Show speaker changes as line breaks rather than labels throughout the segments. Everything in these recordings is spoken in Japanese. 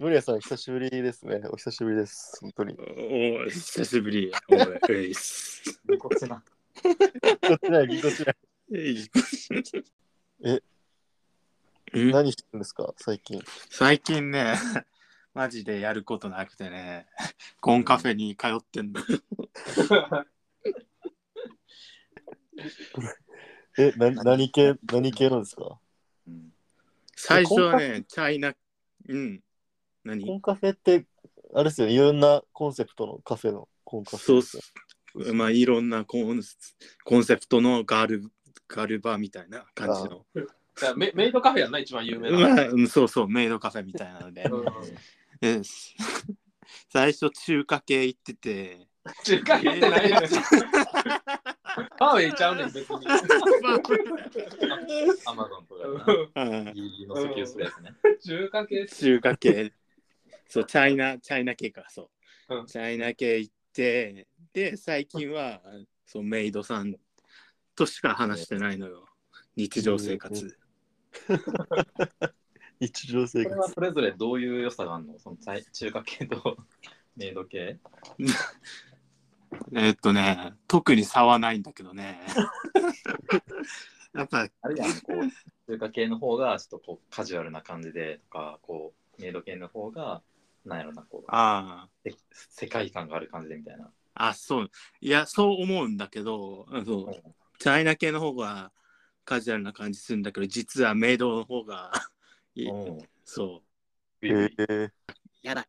谷さん、久しぶりですね。お久しぶりです。本当に。
おお、久しぶり。おい、ういっす。
ぎこちな。
ぎこちない、ぎこちない。
えい
え
うん
何してるんですか、最近。
最近ね、マジでやることなくてね、コンカフェに通ってんの。
え、な何系、何系なんですか
最初はね、チャイナ、うん、
コ
何
ンカフェって、あれですよね、いろんなコンセプトのカフェのコンカフェ。
そうっす。。まあ、いろんなコンコンセプトのガール、ガールバーみたいな感じの。
じゃあメメイドカフェやんな、一番有名な。
まあ、うんそうそう、メイドカフェみたいなので。
うん
うん最初、中華系行ってて、
中華やってないやん。パウェイちゃうねん、別に。
アマゾンとかや
う
な
ん
ギリギリの石油するやつね。
中華系
中華系そうチャイナチャイナ系かそう、
うん
チャイナ系行ってで最近はそうメイドさんとしか話してないのよ日常生活、
日常生
これは
活。
それぞれどういう良さがあるのその最中華系と メイド系
えーっとね特に差はないんだけどねやっぱ
あるいはこう中華系の方がちょっとこうカジュアルな感じでとか、こうメイド系の方がなんやろな、こう
あ
せ世界観がある感じでみたいな。
ああそういやそう思うんだけどあそうチャイナ系の方がカジュアルな感じするんだけど実はメイドの方がいい
うん
そう
へえ
やだ
へ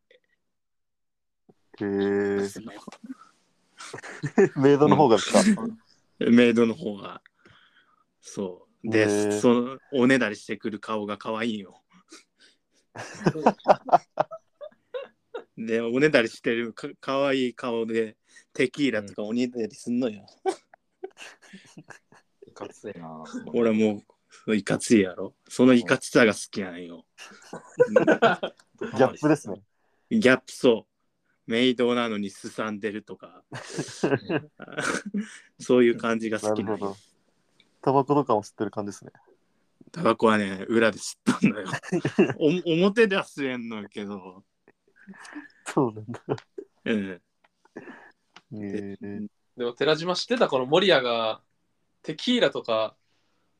えメイドの方がですか。
メイドの方が。そう。で、
へー
そのおねだりしてくる顔が可愛 いよ。で、おねだりしてるか可愛い顔でテキーラとかおねだりすんのよ。
いかついな。
俺もういかついやろ。そのいかつさが好きな んよ。
ギ
ギャップですね。。
ギャップそう。メイドなのにすさんでると か。そういう感じが
な
好き
る
な
ほ
んよ
ど。タバコとかも吸ってる感じですね。
タバコはね、裏で吸った んだよ。お表では吸えんのよけど。
そうなんだ。
うん。
へえ
でも寺島知ってたこの守屋がテキーラとか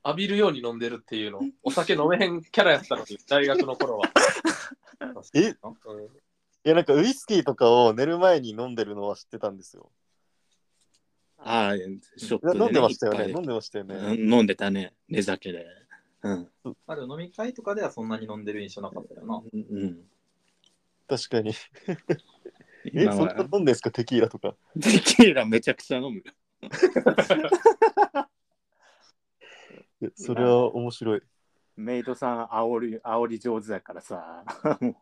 浴びるように飲んでるっていうのお酒飲めへんキャラやったのに大学の頃は、
え
うん
いや、なんかウイスキーとかを寝る前に飲んでるのは知ってたんですよ。
ああ、ショッ
い
ト
や
で、ね、
飲んでましたよ
いっ
ね。
ぱ
飲んでましたよ
い
ね。
うん飲んでたね、寝酒で。うん。
まあでも飲み会とかではそんなに飲んでる印象なかったよな。
うん、
確かに。え、
今
そんな
は
飲んでんですか、テキーラとか。
テキーラめちゃくちゃ飲む。
えそれは面白い。
メイドさん煽り、煽り上手だからさ。
うん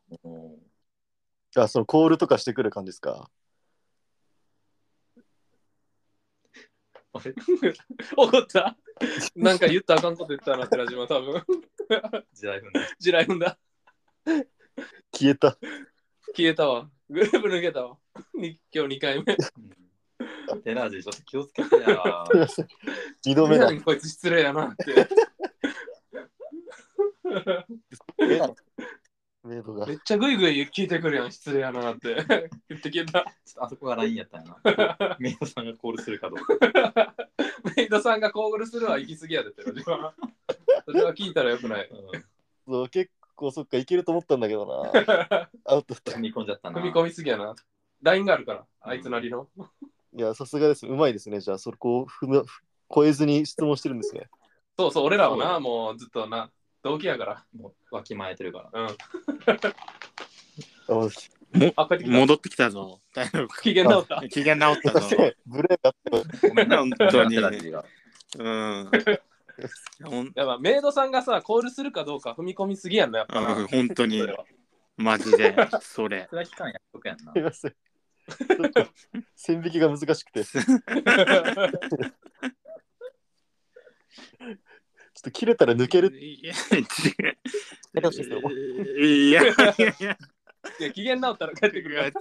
あ、そのコールとかしてくる感じですか。
怒ったなんか言ったらあかんこと言ったな寺島多分
時代踏んだ。
地雷踏んだ
消えた。
消えたわグループ抜けたわに今日2回目
うんテラージちょっと気をつけてや。
二度目だ。
こいつ失礼やなって
メイドが
め。っちゃグイグイ聞いてくるやん失礼やなって 言って消えた
ちょっとあそこがラインやったんやな。メイドさんがコールするかどうか。
メイドさんがコーグルするは行き過ぎやで寺島それは聞いたらよくない
そう結構そっか、いけると思ったんだけどな。アウトだった
踏み込んじゃったな。
踏み込みすぎやな。ラインがあるから、あいつなりの。
いや、さすがです。うまいですね。じゃあ、そこを踏む超えずに質問してるんですね。
そうそう、俺らも
そう
な、もうずっとな、同期やから。
もうわきまえてるから。
うん。
あ、ま、
あ、帰ってきた。
戻ってきたぞ。大丈夫か
機嫌直った。
機嫌直ったぞ。
ブレがあった。
ごめんな
本当に
テラージが
うん。ほん
やっぱメイドさんがさ、コールするかどうか踏み込みすぎやんな、やっぱな。
あ本当に
それ、は
マジで、それ。
それは期間やっとくやんな
すい。ません。ちょっと線引きが難し くて、ちょっと切れたら抜ける。
いや違う
出てほしいですよ
いやいやいや。
いや、機嫌直ったら帰ってく るから。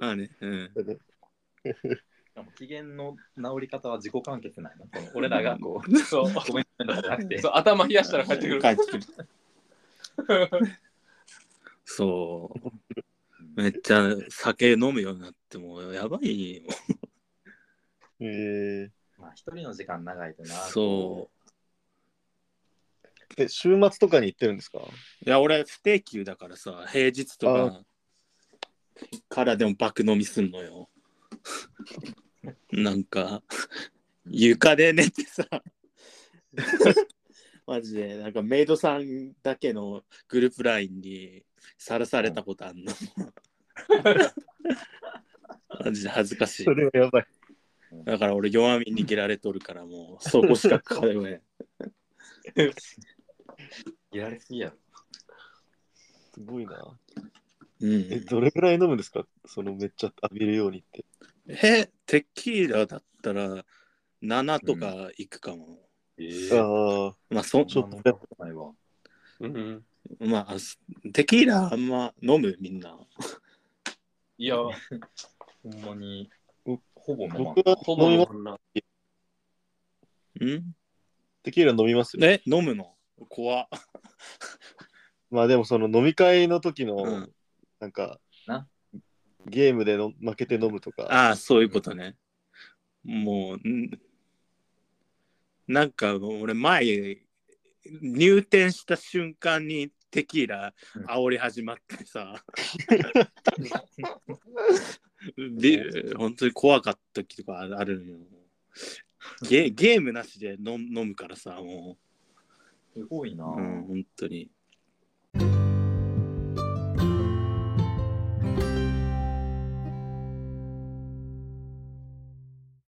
まあね、うん。
でも機嫌の治り方は自己完結なんやな。この俺らがこう、
そう。
ごめん なさいじゃなくて
そ。う頭冷やしたら帰ってくる。
帰ってくる。そう。めっちゃ酒飲むようになってもうやばいよ。
えー、
まあ、一人の時間長いとな。
そ
え週末とかに行ってるんですか
う。いや、俺不定休だからさ、平日とかからでも爆飲みすんのよ。なんか、床で寝てさ。 マジで、なんかメイドさんだけのグループラインにさらされたことあん の。マジで恥ずかしい
そ。れはやばい。
だから俺弱み握られとるからもうそこしか通えん。
いられすぎやろ。
すごいな。
う
え、
ん、
どれぐらい飲むんですかそのめっちゃ浴びるようにって。
え、テキーラだったら7とかいくかも。
え
ああ、
まあそ
ちょっと
とないわ。
うん。
まあ、すテキーラあんま飲むみんな。
いや、
ほんまに
う、
ほぼ飲まん
僕は
ほぼ
飲みます。
そんな。
ん
テキーラ飲みますよ。
え、飲むの怖っ。
まあでもその飲み会の時の、
うん
なんか
な
ゲームでの負けて飲むとか
ああ、そういうことね。もう、んなんか俺前、入店した瞬間にテキーラ煽り始まってさ。ビ本当に怖かった時とかあるのよ。ゲゲームなしで飲飲むからさ、も
すごいな。
う、うん、本当に。